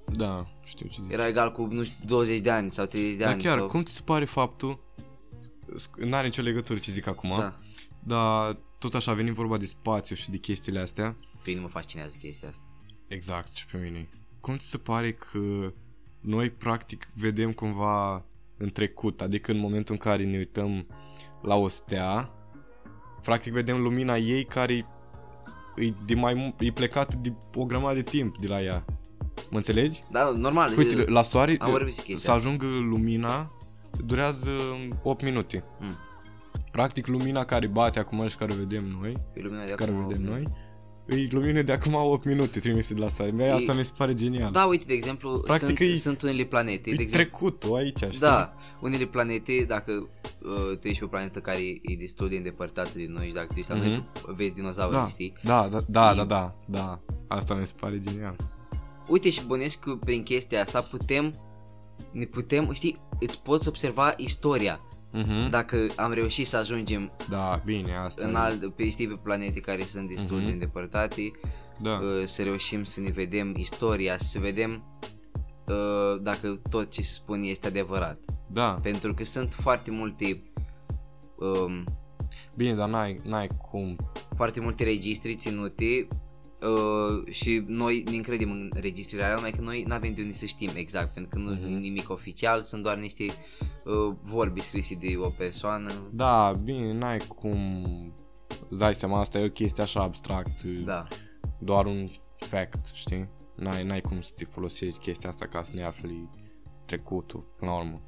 Da, știu ce zici. era egal cu, nu știu, 20 de ani sau 30 de Dar ani. chiar, sau... cum ți se pare faptul, sc- n-are nicio legătură ce zic acum, Da. dar tot așa venim vorba de spațiu și de chestiile astea. Pe mine Păi mă fascinează chestia asta. Exact, și pe mine. Cum ți se pare că noi practic vedem cumva în trecut, adică în momentul în care ne uităm la o stea, practic vedem lumina ei care e, de mai, mu- e plecată de o grămadă de timp de la ea. Mă înțelegi? Da, normal. Păi Uite, e- la soare am vorbit și să chestia. asta. ajungă lumina durează 8 minute. Mm. Practic lumina care bate acum și care o vedem noi, E lumina de care o acum, vedem noi, e lumină de acum 8 minute trimise de la soare. Mie asta E- mi se pare genial. Da, uite, de exemplu, Practic sunt, e- sunt unele planete, e de exemplu, trecutul aici, știi? Da, unele planete, dacă uh, tu ești pe o planetă care e destul de îndepărtată de noi și dacă tu ești la noi, Mhm. tu vezi dinozauri, da, știi? da, da, da, E- da, da, da. Asta mi se pare genial. Uite și bănesc că prin chestia asta putem, ne putem, știi, îți poți observa istoria. Mhm. Dacă am reușit să ajungem da, bine, asta în e. alt, pe, știi, pe planete care sunt destul Mhm. de îndepărtate, Da. uh, să reușim să ne vedem istoria, să vedem uh, dacă tot ce se spune este adevărat. da. Pentru că sunt foarte multe um, Bine, dar n-ai, n-ai cum. foarte multe registri ținute uh, și noi ne încredem în registrele alea, numai că noi nu avem de unde să știm exact, pentru că nu Mhm. e nimic oficial, sunt doar niște uh, vorbi scrise de o persoană. Da, bine, n-ai cum. Îți dai seama, asta e o chestie așa abstract. uh, Da, doar un fact, știi? N-ai, n-ai cum să te folosești chestia asta ca să ne afli trecutul, până la urmă.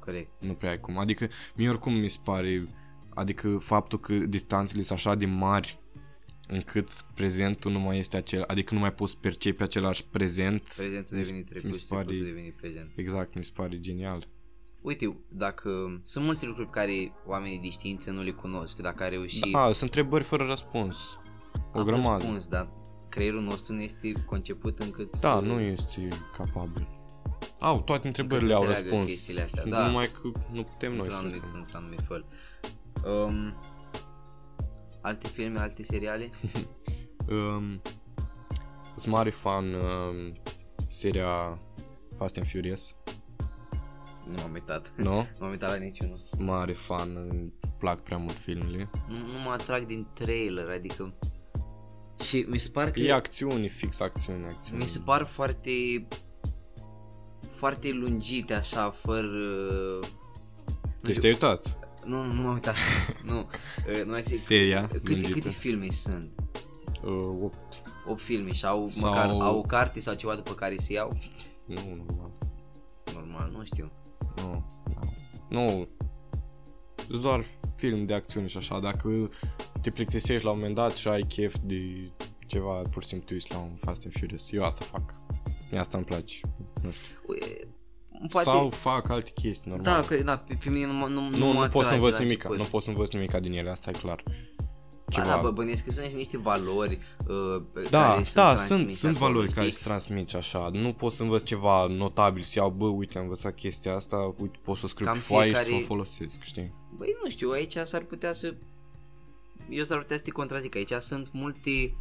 corect. Nu prea ai cum. Adică, mie oricum mi se pare, adică faptul că distanțele sunt așa de mari încât prezentul nu mai este acel, adică nu mai poți percepe același prezent. Prezentul Mi- deveni Deci, mi trecut se și pare- trecutul deveni prezent. Exact, mi se pare genial. Uite, dacă sunt multe lucruri pe care oamenii de știință nu le cunosc, dacă a reușit Da, sunt întrebări fără răspuns. O am grămadă. răspuns, da. creierul nostru nu este conceput încât Da, să... nu este capabil. Au, toate întrebările au înțeleagă răspuns. chestiile astea, da. Numai că nu putem noi. la să anumit, facem. la anumit fel. Um, alte filme, alte <laughs> seriale? Um, sunt mare fan um, seria Fast and Furious, Nu m-am uitat. nu? No? Nu m-am uitat la niciunul. Sunt mare fan, îmi plac prea mult filmele. Nu, nu mă atrag din trailer, adică... Și mi se par că... E acțiuni, fix acțiuni, acțiuni. Mi se par foarte foarte lungite așa, fără... Deci știu. te-ai uitat? Nu, nu, nu m-am <laughs> uitat. nu. Uh, Nu mai zic. Seria Câte, lungită. câte filme sunt? Uh, 8, 8 filme și au Sau- măcar au o carte sau ceva după care se iau? nu, normal. Normal, nu știu. Nu. Nu. Sunt doar film de acțiune și așa, dacă te plictisești la un moment dat și ai chef de ceva, pur și simplu te uiți la un Fast and Furious. Eu asta fac. Mie asta îmi place. Nu știu. Ue, Păi, Poate... Sau fac alte chestii, normal. Da, că, da, pe, pe mine nu, mă- nu, nu, nu, mă pot să atrage învăț la nimic, început. nu pot să învăț nimic din ele, asta e clar. Ceva... Ba da, bă, bănuiesc că sunt niște valori uh, pe da, da, care sunt, sunt, transmise sunt acolo, valori care știi? se transmit așa. Nu pot să învăț ceva notabil, să iau, bă, uite, am învățat chestia asta, uite, pot să o scriu Cam pe foaie și să fiecare- o folosesc, știi? Băi, nu știu, aici s-ar putea să... Eu s-ar putea să te contrazic, aici sunt multe...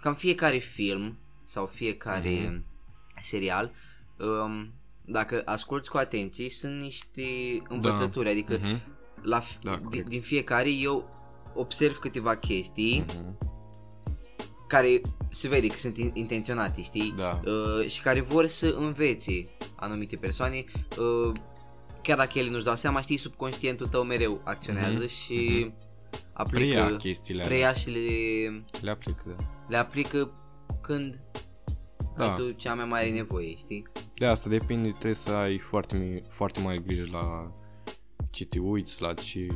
Cam fiecare film sau fiecare Mhm. serial, um, dacă asculti cu atenție, sunt niște învățături, da. adică Mhm, la f- Da, din, corect. din fiecare eu observ câteva chestii mhm. care se vede că sunt in- intenționate, știi? Da. Uh, și care vor să învețe anumite persoane, uh, chiar dacă ele nu-și dau seama, știi, subconștientul tău mereu acționează Mhm, și mhm. aplică, Preia chestiile alea. preia și le, Le aplic, da. le aplică când Da. ai tu cea mai mare nevoie, știi? De asta depinde, trebuie să ai foarte, mi- foarte mare grijă la ce te uiți, la ce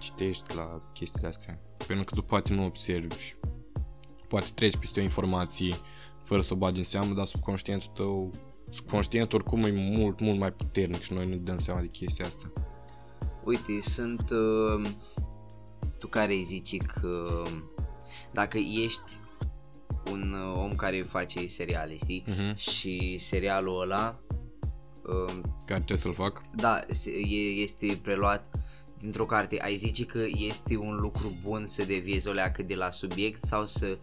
citești, la chestiile astea. Pentru că tu poate nu observi și poate treci peste o informație fără să o bagi în seamă, dar subconștientul tău, subconștientul oricum e mult, mult mai puternic și noi nu dăm seama de chestia asta. Uite, sunt... Uh, tu care zici că dacă ești un uh, om care face seriale, știi? Mhm. Și serialul ăla um, Care trebuie să-l fac? da, se- e, este preluat dintr-o carte. Ai zice că este un lucru bun să deviezi o leacă de la subiect sau să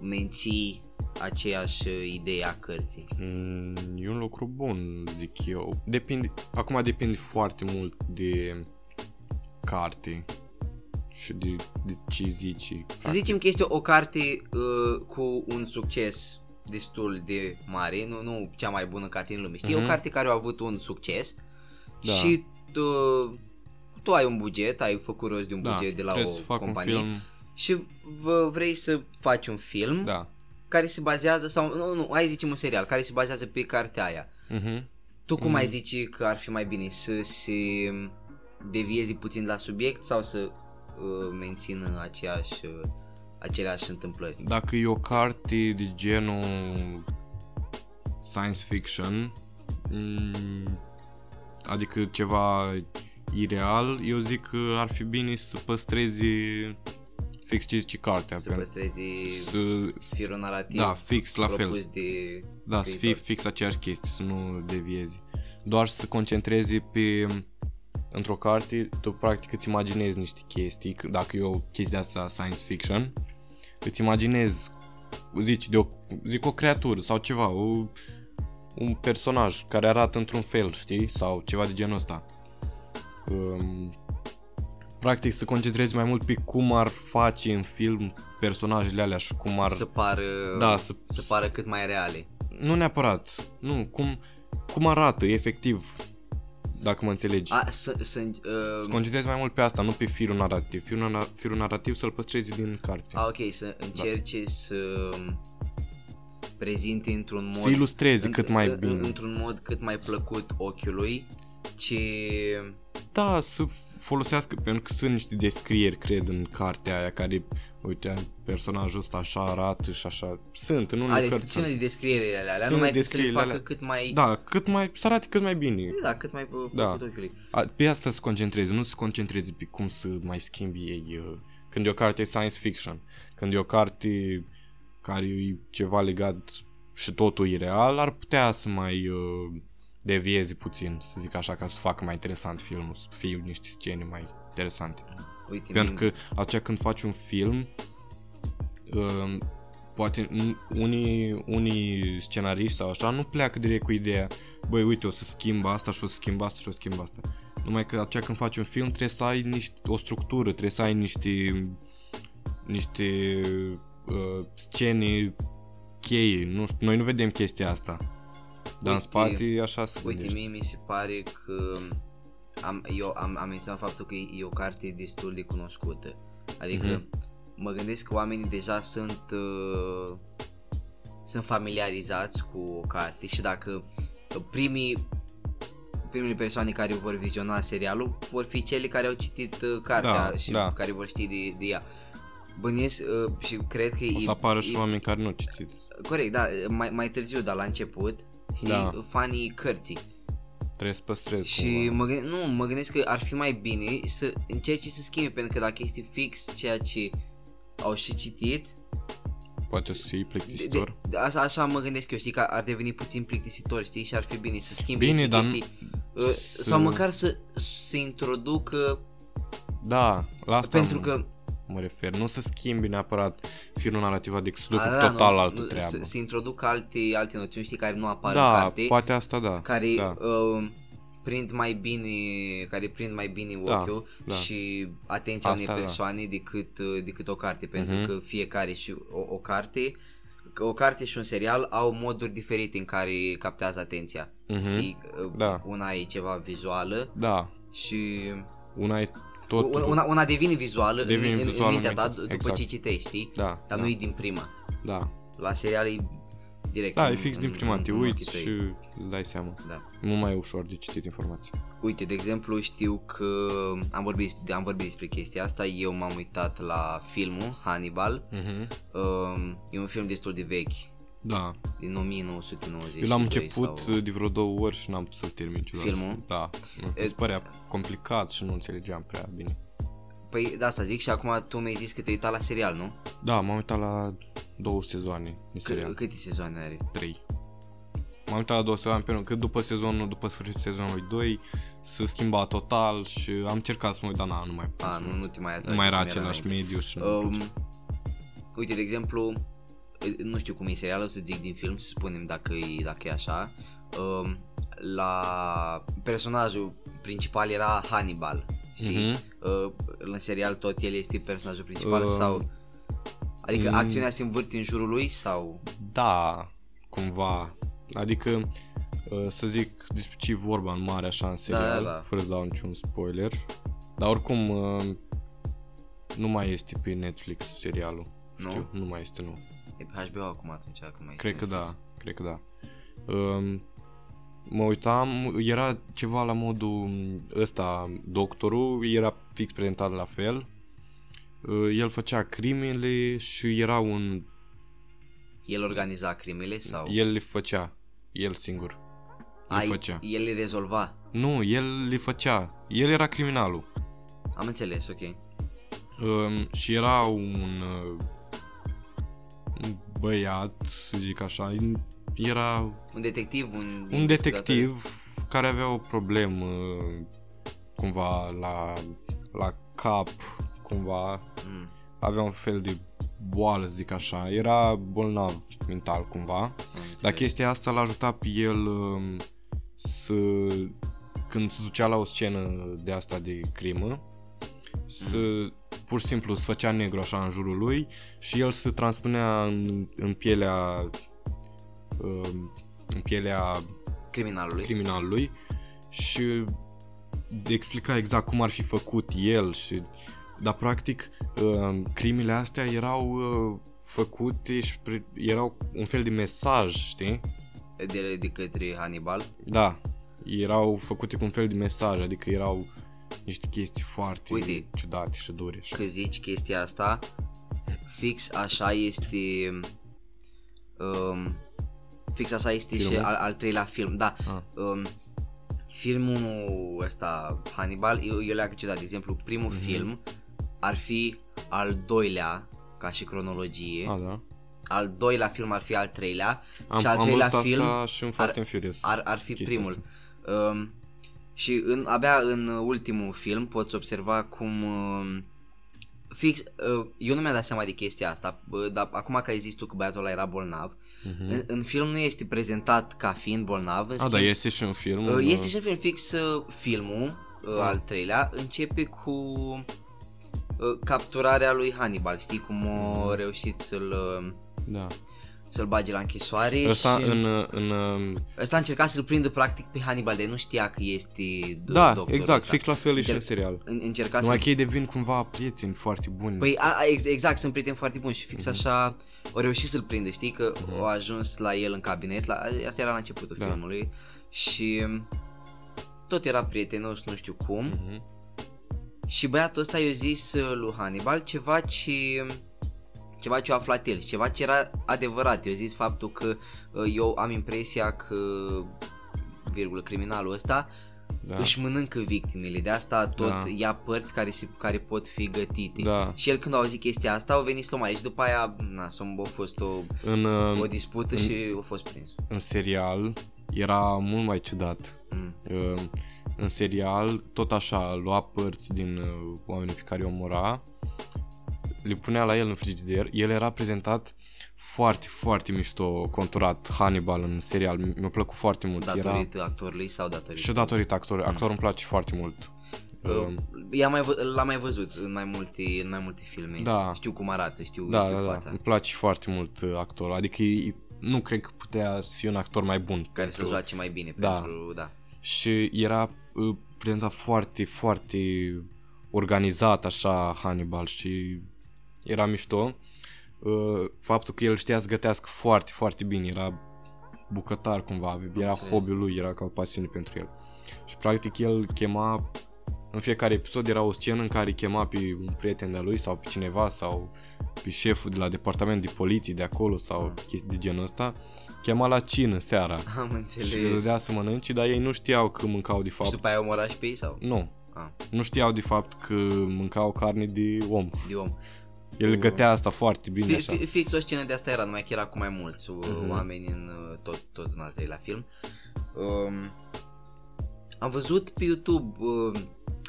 menții aceeași uh, idee a cărții? Mm, E un lucru bun, zic eu. Depinde, acum depinde foarte mult de carte și de, de ce zici. Să zicem că este o carte uh, cu un succes destul de mare, nu, nu cea mai bună carte din lume, știi? E o Mhm. carte care a avut un succes Da. și tu, tu ai un buget, ai făcut rost de un buget de la Da, trebuie să o fac companie Mhm. un film, și vă vrei să faci un film da. care se bazează, sau nu, nu, hai zicem un serial, care se bazează pe cartea aia. Uh-huh. Tu cum Mhm. ai zici că ar fi mai bine să se deviezi puțin la subiect sau să uh, mențină aceeași, uh, aceleași întâmplări? Dacă e o carte de genul science fiction, mm, adică ceva ireal, eu zic că ar fi bine să păstrezi fix ce zice cartea. Să pentru- păstrezi să, firul narativ da, fix la fel. propus de... Da, să fii scriitor. fix aceeași chestie, să nu deviezi. Doar să se concentreze pe într-o carte, tu practic îți imaginezi niște chestii, că dacă e o chestie de asta science fiction, îți imaginezi, zici, de o, zic o creatură sau ceva, o, un personaj care arată într-un fel, știi, sau ceva de genul ăsta. Um, practic să concentrezi mai mult pe cum ar face în film personajele alea și cum ar... Să uh, pară, da, să să pară cât mai reale. nu neapărat. Nu, cum, cum arată, efectiv, dacă mă înțelegi. A, să, să, Să uh, concentrezi mai mult pe asta, nu pe firul narativ. Firul, nara- firul narativ să-l păstrezi din carte. a, ok, să Da. încerce să um, prezinte într-un mod să ilustrezi Înt- cât mai în- bine. Într-un mod cât mai plăcut ochiului, ce... da, să folosească, pentru că sunt niște descrieri, cred, în cartea aia care, uite, personajul ăsta așa arată și așa. Sunt, în unele Ale, să cărți. țină de sunt. descrierile alea, alea Țină numai de că să le descrierile facă alea. cât mai... Da, cât mai, să arate cât mai bine. Da, cât mai plăcut Da. ochiului. A, pe asta se concentrezi, nu se concentrezi pe cum să mai schimbi ei uh, când e o carte science fiction, când e o carte care e ceva legat și totul ireal, ar putea să mai uh, devieze puțin, să zic așa, ca să facă mai interesant filmul, să fie niște scene mai interesante. Uite, Pentru mie- că aceea când faci un film, um, poate n- unii, unii scenariști sau așa nu pleacă direct cu ideea băi uite o să schimb asta și o să schimb asta și o să schimb asta. Numai că aceea când faci un film trebuie să ai niște, o structură, trebuie să ai niște, niște uh, scene cheie. Nu știu, noi nu vedem chestia asta. Dar în Uite, spate așa se Uite, gândește. mie mi se pare că am, eu am, am menționat faptul că e e o carte destul de cunoscută. Adică Mhm. mă gândesc că oamenii deja sunt uh, sunt familiarizați cu o carte și dacă primii primele persoane care vor viziona serialul vor fi cele care au citit uh, cartea Da, și da. care vor ști de, de ea. Bănuiesc uh, și cred că O să apară și oameni care nu citit. Corect, da, mai, mai târziu, dar la început, știi, Da. da. fanii cărții. Trebuie să păstrezi Și cumva. mă gândesc, nu, mă gândesc că ar fi mai bine să încerci să schimbi, pentru că dacă este fix ceea ce au și citit, Poate o să fie plictisitor. de, așa, așa mă gândesc eu, știi, că ar deveni puțin plictisitor, știi, și ar fi bine să schimbi Bine, și dar nu- chestii, uh, să- sau măcar să se introducă, Da, la asta pentru mă, că mă refer. Nu să schimbi neapărat firul narrativ, adică să ducă a, da, total nu, altă nu, treabă. Să, să introducă alte, alte noțiuni, știi, care nu apar da, în carte, poate asta da. care da. uh, prind mai bine care prind mai bine Da, ochiul da. și atenția Asta unei da. persoane decât, uh, decât o carte pentru Mhm. că fiecare și o, o carte că o carte și un serial au moduri diferite în care captează atenția. Mhm. Știi, uh, Da. Una e ceva vizuală da, și una e tot. una, una, una devine vizuală, Devine în, vizuală în mintea în ta d- mintea după ta, exact. ce citești, știi? Da, Dar da, nu e din prima. da. La serial e direct. Da, în- e fix din în- prima, în- te în ochii uiți tăi. și îți dai seama. Da. E mult mai ușor de citit informații. Uite, de exemplu, știu că am vorbit, am vorbit despre chestia asta, eu m-am uitat la filmul Hannibal, Mhm. um, e un film destul de vechi, Da, din 1990. eu l-am început Deci uh, Sau... de vreo două ori și n-am putut să-l termin niciodată. Filmul? Da, nu, E- îți părea complicat și nu înțelegeam prea bine. Păi, da, asta zic și acum tu mi-ai zis că te-ai uitat la serial, nu? Da, m-am uitat la două sezoane din serial. C- câte sezoane are? 3. M-am uitat la două sezoane pentru că după sezonul, după sfârșitul sezonului 2 s-a schimbat total și am încercat să mă uit, dar na, nu mai puteam A, să mă nu, uit. nu te mai atrage. nu mai era cum același înainte. mediu și nu Um, uite, de exemplu, nu știu cum e serialul, o să zic din film, să spunem dacă e, dacă e așa. Um, la personajul principal era Hannibal, știi? Mhm. Uh, în serial tot el este personajul principal Um, sau... Adică mm. acțiunea se învârte în jurul lui sau... Da, cumva. Adică uh, să zic despre ce e vorba în mare așa în serial, da. fără să dau niciun spoiler. Dar oricum uh, nu mai este pe Netflix serialul. Nu? Știu, nu mai este, nu. E pe HBO acum atunci, acum mai Cred că da, cred că da. Um, mă uitam, era ceva la modul mm, ăsta, doctorul, era fix prezentat la fel. Uh, El făcea crimele și era un... El organiza crimele sau... El le făcea, el singur. Le Ai- făcea. El le rezolva. Nu, el le făcea. El era criminalul. Am înțeles, ok. Um, și era un, uh, un băiat, să zic așa, era Un detectiv, un... un detectiv care avea o problemă cumva la, la cap, cumva Mm. avea un fel de boală, zic așa, era bolnav mental cumva, Am înțeles. dar chestia asta l-a ajutat pe el um, să, când se ducea la o scenă de asta de crimă, să pur și simplu se făcea negru așa în jurul lui și el se transpunea în, în pielea um, în pielea criminalului. criminalului și de explica exact cum ar fi făcut el și dar practic uh, crimile astea erau uh, făcute și pre- erau un fel de mesaj, știi? de, de către Hannibal. Da, erau făcute cu un fel de mesaj, adică erau niște chestii foarte Uite. ciudate și dure. Și... Că zici chestia asta, fix așa este... Um, fix așa este și Filmul? al, al treilea film, da. Ah. Um, filmul ăsta, Hannibal, eu, eu le-am ciudat. De exemplu, primul Mhm. film ar fi al doilea, ca și cronologie, A, da. al doilea film ar fi al treilea Am, și al am treilea văzut film asta și în Fast ar- and Furious. ar, ar fi chestia primul. asta. Um, și în, abia în ultimul film poți observa cum um, fix, uh, eu nu mi-am dat seama de chestia asta, bă, dar acum că ai zis tu că băiatul ăla era bolnav, Mhm. în, în film nu este prezentat ca fiind bolnav, în A, schimb, da, iese și în film. uh, în, este și în film fix uh, filmul uh, Da. al treilea, începe cu uh, capturarea lui Hannibal, știi cum o Mhm. reușit să-l uh, Da. să-l bage la închisoare Ăsta și... în, în, în... Ăsta a încercat să-l prindă practic pe Hannibal, de nu știa că este do- Da, doctorul exact, ăsta. fix la fel e și Inter- în serial. În- Încerca să... Numai că ei devin cumva prieteni foarte buni. Păi a, a, ex- exact, sunt prieteni foarte buni și fix Mhm. așa au reușit să-l prinde, știi, că Mhm. au ajuns la el în cabinet, la, asta era la începutul Da. filmului și tot era prietenos, nu știu cum, Mhm. și băiatul ăsta i-a zis uh, lui Hannibal ceva ce um, ceva ce a aflat el și ceva ce era adevărat. Eu zis faptul că uh, eu am impresia că virgulă, criminalul ăsta Da. da. își mănâncă victimele, de asta tot Da. da. ia părți care, se, care pot fi gătite. Da. Și el când a auzit chestia asta, au venit slomai și după aia, na, sombo a fost o, În, uh, o dispută în- și a fost prins. în serial era mult mai ciudat. Mm. Uh, în serial, tot așa, lua părți din uh, oamenii pe care îi omora, le punea la el în frigider, el era prezentat foarte, foarte mișto conturat Hannibal în serial, mi- mi-a plăcut foarte mult. Era... Datorită actorului sau datorită... Și datorită actor, actorul îmi place foarte mult. Uh, Uh, i-am mai, vă- l-am mai văzut în mai multe, în mai multe filme. Da. Știu cum arată, știu, Da, știu da, da, fața. îmi place foarte mult uh, actorul, adică e- e- nu cred că putea să fie un actor mai bun. Care să pentru- joace mai bine Da. pentru... Da. <laughs> și era uh, prezentat foarte, foarte organizat așa Hannibal și era mișto. Uh, Faptul că el știa să gătească foarte, foarte bine, era bucătar cumva, era înțeles. hobby lui, era ca o pasiune pentru el. Și practic el chema, în fiecare episod era o scenă în care chema pe un prieten de-a lui sau pe cineva sau pe șeful de la departament de poliție de acolo sau Mm. chestii de genul ăsta, chema la cină seara. Am înțeles. Și le Și, dădea să mănânci, dar ei nu știau că mâncau de fapt. după aia omora și pe ei sau? Nu. Ah. Nu știau de fapt că mâncau carne de om. De om. El Mm. gătea asta foarte bine Fi- așa. fi- Fix o scenă de asta era, numai că era cu mai mulți uh, Mhm. oameni în uh, tot, tot în al treilea film. Um, am văzut pe YouTube, uh,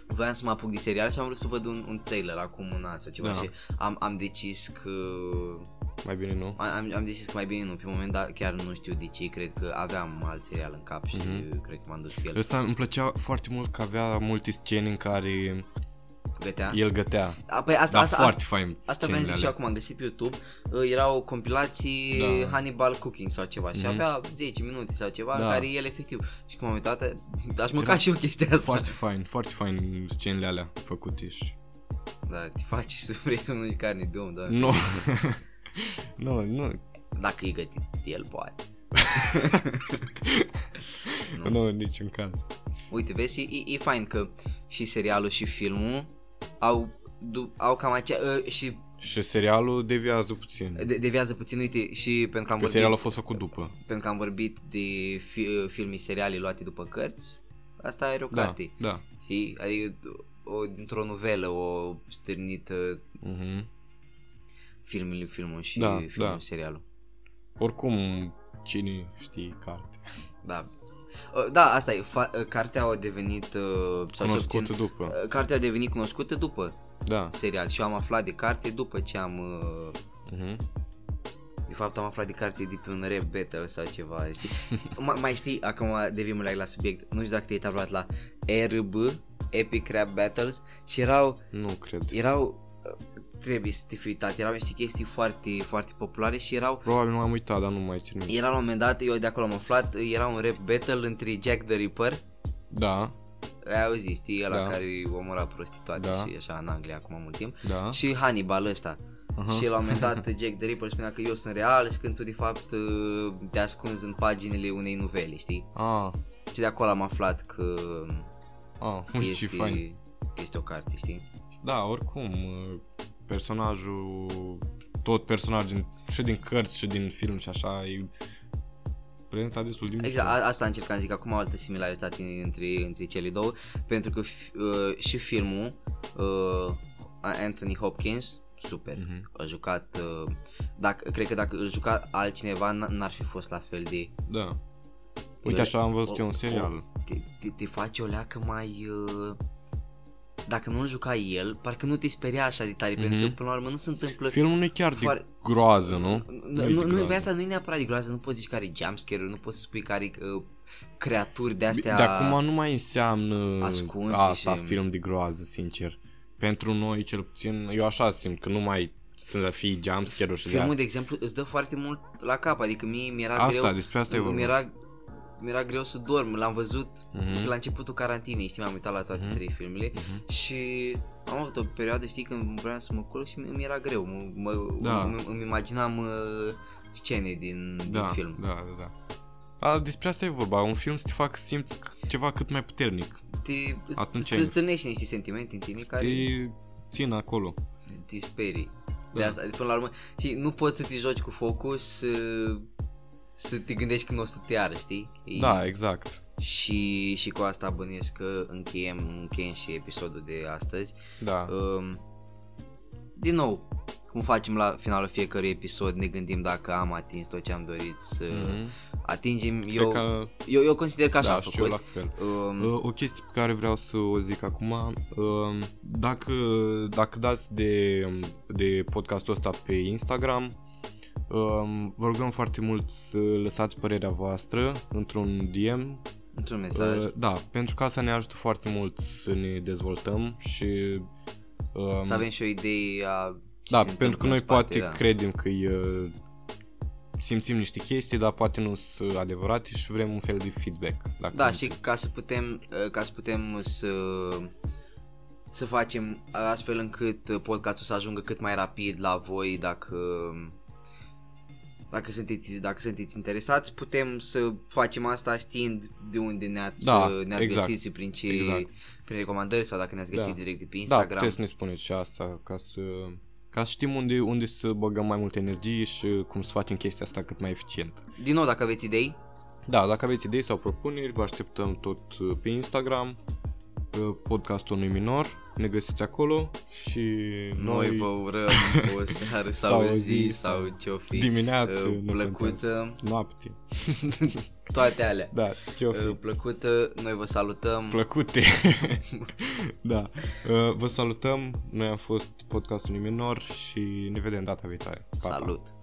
voiam să mă apuc de serial și am vrut să văd un, un trailer acum un an sau ceva Da. da. și am, am decis că Mai bine nu. am, am decis că mai bine nu pe moment, dar chiar nu știu de ce, cred că aveam alt serial în cap și Mhm. cred că m-am dus pe el. Ăsta îmi plăcea foarte mult că avea multe scene în care Gătea. el gătea. A, păi Ah. asta, Dar asta, asta, da, foarte fain. Asta vreau să zic și eu acum, am găsit pe YouTube, uh, erau compilații Da. da. Hannibal Cooking sau ceva și Mhm. avea 10 minute sau ceva Da. în care el efectiv. Și cum am uitat, eh, aș mânca Era și eu chestia asta. Foarte fain, foarte fain scenele alea făcute și... Da, te faci <laughs> să vrei să mănânci carne de om, da. Nu. <laughs> Nu, nu, Dacă e gătit, el <laughs> poate. <laughs> Nu. nu, în niciun caz. Uite, vezi, și e, e fain că și serialul și filmul au, du- au cam acea... Uh, și Și serialul deviază puțin. de- deviază puțin, uite, și pentru că Da, am Că vorbit... serialul a fost făcut după. pentru că am vorbit de fi, filme seriale luate după cărți, asta era o Da, carte, da. știi? Adică o, dintr-o novelă, o stârnită Mhm. filmul, filmul și Da, da, filmul da. da. serialul. Oricum, cine știe carte. Da. Uh, Da, asta e, fa- uh, cartea a devenit uh, sau cel puțin, Cunoscut după. uh, cartea a devenit cunoscută după Da. serial și eu am aflat de carte după ce am uh, Mhm. De fapt am aflat de carte de pe un rap battle sau ceva, <laughs> știi? mai, mai știi, acum devim la, la subiect, nu știu dacă te-ai aflat la RB, Epic Rap Battles și erau, Nu cred. erau uh, trebuie să te fii uitat, erau niște chestii foarte, foarte populare și erau Probabil m-am uitat, dar nu mai țin minte. era la un moment dat, eu de acolo am aflat, era un rap battle între Jack the Ripper, Da, ai auzit, știi, ăla Da. da. care omora prostituate Da. da. și așa în Anglia acum mult timp, da. și Hannibal ăsta. aha. Și la un moment dat Jack the Ripper spunea că eu sunt real și când tu de fapt uh, te ascunzi în paginile unei novele, știi? A, Și de acolo am aflat că a, că uite ce fain. este, că este o carte, știi? Da, oricum, uh, personajul, tot personajul din, și din cărți și din film și așa, e prezentat destul de mișto. Exact, a, asta încercam să zic acum, o altă similaritate între, între cele două, pentru că f- uh, și filmul uh, Anthony Hopkins super. Mhm. A jucat, uh, dacă, cred că dacă îl juca altcineva, n- n-ar fi fost la fel de... Da. Uite așa am văzut O- eu un o- serial. Te, te, te face o leacă mai... Uh, dacă nu îl juca el, parcă nu te speria așa de tare, pentru Mhm. că până la urmă nu se întâmplă... Filmul nu e chiar de Foarte- groază, nu? Nu, e de nu, nu, groază. pe asta nu e neapărat de groază, nu poți zici care e jumpscare nu poți să spui care e uh, creaturi de Bi- astea... De acum nu mai înseamnă ascunse asta și- film de groază, sincer. Pentru noi, cel puțin, eu așa simt, că nu mai să fii jumpscare și de Filmul, asta. de exemplu, îți dă foarte mult la cap, adică mie mi-era Asta, greu... despre asta e vorba. mi-era, mi-era greu să dorm, l-am văzut Mhm. și la începutul carantinei, știi, m-am uitat la toate Mhm. trei filmele Mhm. și am avut o perioadă, știi, când vreau să mă culc și mi- mi era greu, mă, mă, Da. îmi, îmi imaginam uh, scene din, Da, din film. da, da, da. A, despre asta e vorba, un film să te fac simți ceva cât mai puternic. Te, Atunci Atunci ai- îți stârnești niște sentimente în tine Te care țin acolo. te sperii. De Da. asta, de până la urmă, și nu poți să te joci cu focul să, să te gândești când o să te iară, știi? E- Da, exact. Și, și cu asta bănuiesc că încheiem, încheiem și episodul de astăzi. Da. Um, din nou, cum facem la finalul fiecărui episod, ne gândim dacă am atins tot ce am dorit să mm-hmm. Mhm. atingem. Cred Eu, că, eu, eu consider că așa da, am și eu făcut. la fel. Um, Uh, O chestie pe care vreau să o zic acum, uh, dacă, dacă dați de, de podcastul ăsta pe Instagram, uh, vă rugăm foarte mult să lăsați părerea voastră într-un DM. într-un mesaj. Uh, Da, pentru că asta ne ajută foarte mult să ne dezvoltăm și... uh, să avem și o idee a ce da, se pentru că întâmplă în noi spate, poate da. credem că uh, simțim niște chestii, dar poate nu sunt adevărate și vrem un fel de feedback. Dacă Da, nu- și ca să putem, uh, ca să putem să să facem astfel încât podcastul să ajungă cât mai rapid la voi dacă dacă sunteți, dacă sunteți interesați, putem să facem asta știind de unde ne-ați, uh, Da, ne-ați exact, găsit și prin ce, exact. prin recomandări sau dacă ne-ați găsit Da. direct de pe Da, Instagram. puteți să ne spuneți și asta ca să, ca să știm unde, unde să băgăm mai multă energie și cum să facem chestia asta cât mai eficient. Din nou, dacă aveți idei, Da, dacă aveți idei sau propuneri, vă așteptăm tot uh, pe Instagram, uh, podcastul unui minor, ne găsiți acolo și noi, noi vă urăm <laughs> o seară sau, Sau o o zi, zi, sau ce o fi dimineață, uh, nu contează, plăcută, noapte, toate alea. da, ce o fi. <laughs> Uh, plăcută, noi vă salutăm. plăcute. <laughs> da. Uh, Vă salutăm. Noi am fost podcastul unui minor și ne vedem data viitoare. Pa, pa. Salut!